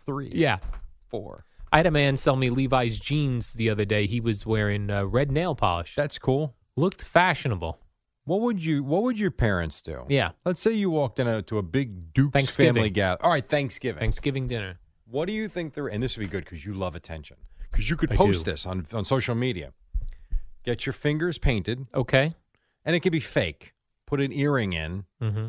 Speaker 3: three,
Speaker 2: Yeah.
Speaker 3: four.
Speaker 2: I had a man sell me Levi's jeans the other day. He was wearing uh, red nail polish.
Speaker 3: That's cool.
Speaker 2: Looked fashionable.
Speaker 3: What would you What would your parents do?
Speaker 2: Yeah.
Speaker 3: Let's say you walked in a, to a big Duke's
Speaker 2: Thanksgiving.
Speaker 3: family gathering. All right, Thanksgiving.
Speaker 2: Thanksgiving dinner.
Speaker 3: What do you think there? And this would be good because you love attention. Because you could
Speaker 2: I
Speaker 3: post
Speaker 2: do.
Speaker 3: this on on social media. Get your fingers painted,
Speaker 2: Okay.
Speaker 3: and it could be fake. Put an earring in,
Speaker 2: hmm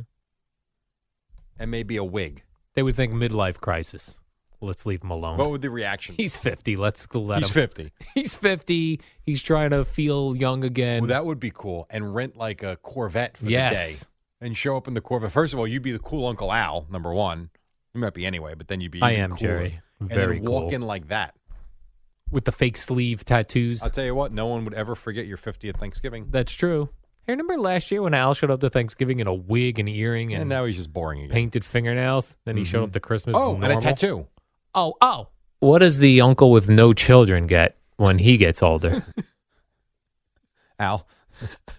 Speaker 3: and maybe a wig.
Speaker 2: They would think midlife crisis. Let's leave him alone.
Speaker 3: What would the reaction? be?
Speaker 2: Oh. He's 50. Let's let
Speaker 3: He's
Speaker 2: him.
Speaker 3: fifty.
Speaker 2: He's 50. He's trying to feel young again.
Speaker 3: Well, that would be cool. And rent like a Corvette for
Speaker 2: Yes.
Speaker 3: the day and show up in the Corvette. First of all, you'd be the cool Uncle Al, number one. You might be anyway, but then you'd be.
Speaker 2: I
Speaker 3: even
Speaker 2: am,
Speaker 3: cooler.
Speaker 2: Jerry.
Speaker 3: And
Speaker 2: Very
Speaker 3: then walk
Speaker 2: cool.
Speaker 3: in like that.
Speaker 2: With the fake sleeve tattoos.
Speaker 3: I'll tell you what, no one would ever forget your 50th Thanksgiving.
Speaker 2: That's true. I remember last year when Al showed up to Thanksgiving in a wig and earring and,
Speaker 3: And now he's just boring again.
Speaker 2: painted fingernails. Then he showed up to Christmas.
Speaker 3: Oh, and a
Speaker 2: normal.
Speaker 3: tattoo.
Speaker 2: Oh, oh. What does the uncle with no children get when he gets older?
Speaker 3: Al,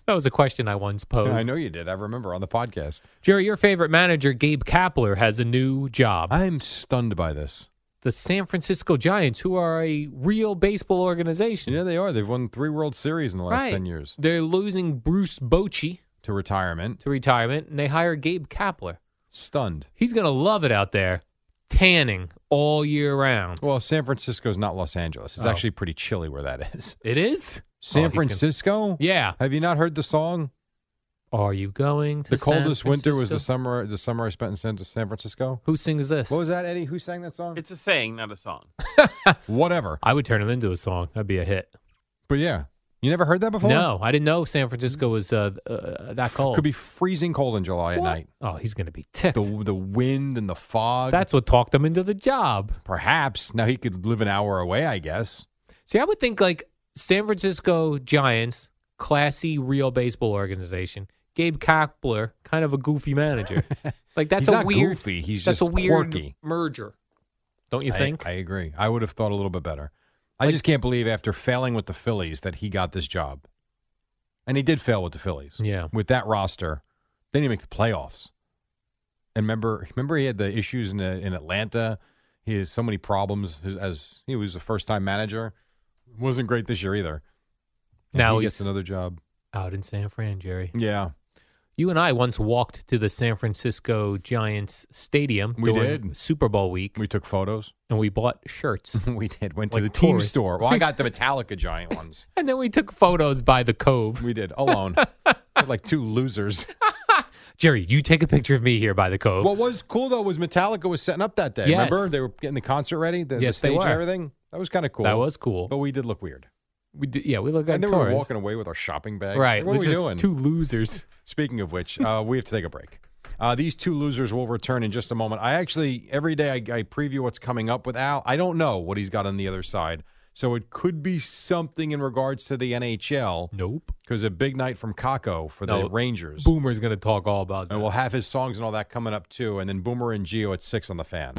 Speaker 2: that was a question I once posed.
Speaker 3: I know you did. I remember on the podcast.
Speaker 2: Jerry, your favorite manager, Gabe Kapler, has a new job.
Speaker 3: I'm stunned by this.
Speaker 2: the San Francisco Giants, who are a real baseball organization.
Speaker 3: Yeah, they are. They've won three World Series in the last
Speaker 2: right.
Speaker 3: 10 years
Speaker 2: They're losing Bruce Bochy
Speaker 3: to retirement.
Speaker 2: to retirement, and they hire Gabe Kapler.
Speaker 3: Stunned.
Speaker 2: He's going to love it out there, tanning all year round.
Speaker 3: Well, San Francisco's not Los Angeles. It's
Speaker 2: Oh.
Speaker 3: actually pretty chilly where that is.
Speaker 2: It is? Oh,
Speaker 3: San
Speaker 2: he's gonna-
Speaker 3: Francisco?
Speaker 2: Yeah.
Speaker 3: Have you not heard the song?
Speaker 2: Are you going to
Speaker 3: The
Speaker 2: San
Speaker 3: coldest winter was the
Speaker 2: Francisco?
Speaker 3: summer. The summer I spent in San San Francisco.
Speaker 2: Who sings this?
Speaker 3: What was that, Eddie? Who sang that song?
Speaker 5: It's a saying, not a song.
Speaker 3: Whatever.
Speaker 2: I would turn it into a song. That'd be a hit.
Speaker 3: But yeah, you never heard that before.
Speaker 2: No, I didn't know San Francisco was uh, uh, that cold.
Speaker 3: Could be freezing cold in July at
Speaker 2: What?
Speaker 3: night.
Speaker 2: Oh, he's going to be ticked.
Speaker 3: The the wind and the fog.
Speaker 2: That's what talked him into the job.
Speaker 3: perhaps now he could live an hour away. I guess.
Speaker 2: See, I would think like San Francisco Giants, classy, real baseball organization. Gabe Kapler, kind of a goofy manager. like that's
Speaker 3: He's
Speaker 2: a
Speaker 3: not
Speaker 2: weird.
Speaker 3: goofy, he's
Speaker 2: that's a
Speaker 3: just
Speaker 2: weird
Speaker 3: quirky.
Speaker 2: merger. Don't you
Speaker 3: I-
Speaker 2: think?
Speaker 3: I, agree. I would have thought a little bit better. I
Speaker 2: Like-
Speaker 3: just can't believe after failing with the Phillies that he got this job. And he did fail with the Phillies.
Speaker 2: Yeah.
Speaker 3: With that roster, they didn't make the playoffs. And remember, remember he had the issues in uh, in Atlanta. He has so many problems his, as he was a first time manager. Wasn't great this year either. And
Speaker 2: Now
Speaker 3: he gets
Speaker 2: he's-
Speaker 3: another job.
Speaker 2: Out in San Fran, Jerry.
Speaker 3: Yeah.
Speaker 2: You and I once walked to the San Francisco Giants stadium.
Speaker 3: We
Speaker 2: during
Speaker 3: did.
Speaker 2: Super Bowl week,
Speaker 3: We took photos.
Speaker 2: and we bought shirts.
Speaker 3: we did. Went to
Speaker 2: Like
Speaker 3: the team
Speaker 2: tourists.
Speaker 3: store. Well, I got the Metallica giant ones.
Speaker 2: and then we took photos by the Cove.
Speaker 3: We did alone. We're like two losers.
Speaker 2: Jerry, you take a picture of me here by the Cove.
Speaker 3: What was cool though was Metallica was setting up that day.
Speaker 2: Oh. Yes.
Speaker 3: Remember they were getting the concert ready, the, the
Speaker 2: Yes, they
Speaker 3: stage and
Speaker 2: were.
Speaker 3: everything. That was kind of cool.
Speaker 2: That was cool.
Speaker 3: but we did look weird.
Speaker 2: we did, yeah, we look like
Speaker 3: and then we
Speaker 2: tourists.
Speaker 3: were walking away with our shopping bags.
Speaker 2: Right, we're
Speaker 3: what were we
Speaker 2: just
Speaker 3: doing?
Speaker 2: two losers.
Speaker 3: Speaking of which, uh, we have to take a break. Uh, these two losers will return in just a moment. I actually every day I, I preview what's coming up with Al. I don't know what he's got on the other side, so it could be something in regards to the NHL
Speaker 2: Nope.
Speaker 3: because a big night from Kako for the
Speaker 2: No.
Speaker 3: Rangers.
Speaker 2: Boomer's going to talk all about that.
Speaker 3: And we'll have his songs and all that coming up too. And then Boomer and Geo at six on the fan.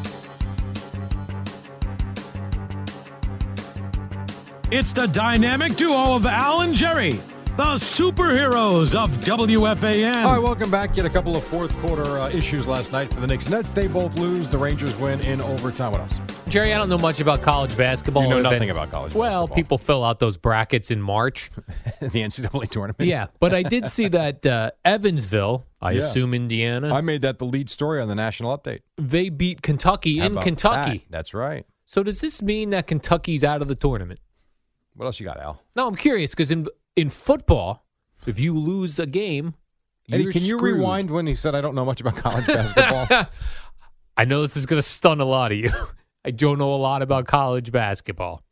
Speaker 4: It's the dynamic duo of Al and Jerry, the superheroes of WFAN.
Speaker 3: All right, welcome back. Yet a couple of fourth quarter uh, issues last night for the Knicks. Nets, they both lose. The Rangers win in overtime. What else?
Speaker 2: Jerry, I don't know much about college basketball.
Speaker 3: You know
Speaker 2: other than-
Speaker 3: nothing about college
Speaker 2: Well,
Speaker 3: basketball.
Speaker 2: people fill out those brackets in March.
Speaker 3: the NCAA tournament.
Speaker 2: yeah, but I did see that uh, Evansville, I
Speaker 3: Yeah.
Speaker 2: assume Indiana,
Speaker 3: I made that the lead story on the national update.
Speaker 2: they beat Kentucky
Speaker 3: How
Speaker 2: in
Speaker 3: about
Speaker 2: Kentucky.
Speaker 3: that? That's right.
Speaker 2: So does this mean that Kentucky's out of the tournament?
Speaker 3: What else you got, Al?
Speaker 2: No, I'm curious because in in football, if you lose a game,
Speaker 3: Eddie,
Speaker 2: You're
Speaker 3: can you
Speaker 2: screwed.
Speaker 3: rewind when he said, I don't know much about college basketball?
Speaker 2: I know this is going to stun a lot of you. I don't know a lot about college basketball.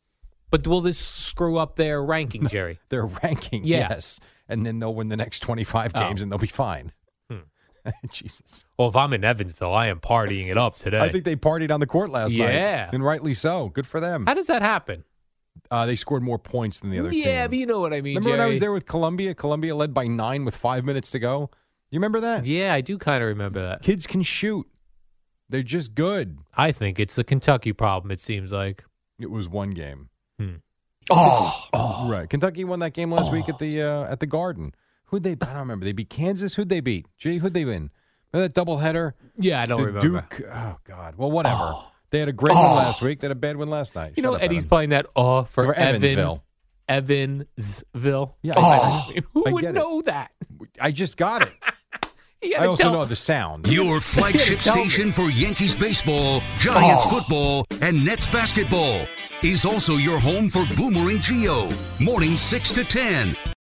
Speaker 2: But will this screw up their ranking, Jerry?
Speaker 3: They're ranking,
Speaker 2: Yeah.
Speaker 3: yes. And then they'll win the next 25
Speaker 2: Oh. Hmm.
Speaker 3: games and they'll be fine. Jesus.
Speaker 2: well, if I'm in Evansville, I am partying it up today.
Speaker 3: I think they partied on the court last night.
Speaker 2: Yeah.
Speaker 3: And rightly so. Good for them.
Speaker 2: How does that happen?
Speaker 3: Uh, they scored more points than the other team.
Speaker 2: yeah, but you know what I mean,
Speaker 3: Remember when I was
Speaker 2: Jerry.
Speaker 3: there with Columbia? Columbia led by nine with five minutes to go. You remember that?
Speaker 2: Yeah, I do kind of remember that.
Speaker 3: Kids can shoot. They're just good.
Speaker 2: I think it's the Kentucky problem, it seems like.
Speaker 3: It was one game.
Speaker 2: Hmm.
Speaker 3: Oh, right. Kentucky won that game last week at the uh, at the Garden. Who'd they? I don't remember. They beat Kansas. Who'd they beat? Gee, who'd they win? Remember that doubleheader?
Speaker 2: Yeah, I don't
Speaker 3: the
Speaker 2: remember.
Speaker 3: Duke. Oh God. Well, whatever. They had a great one last week. They had a bad one last night.
Speaker 2: You
Speaker 3: Shut
Speaker 2: know,
Speaker 3: up,
Speaker 2: Eddie's
Speaker 3: Adam.
Speaker 2: playing that oh for,
Speaker 3: For Evansville.
Speaker 2: Evan, Evansville.
Speaker 3: Yeah, I-
Speaker 2: I mean, who
Speaker 3: I
Speaker 2: would
Speaker 3: get it.
Speaker 2: know that?
Speaker 3: I just got it.
Speaker 2: You
Speaker 3: I
Speaker 2: gotta
Speaker 3: also
Speaker 2: tell-
Speaker 3: know the sound.
Speaker 5: Your flagship
Speaker 3: Tell me.
Speaker 5: station for Yankees baseball, Giants football, and Nets basketball is also your home for Boomer and Geo. Morning 6 to 10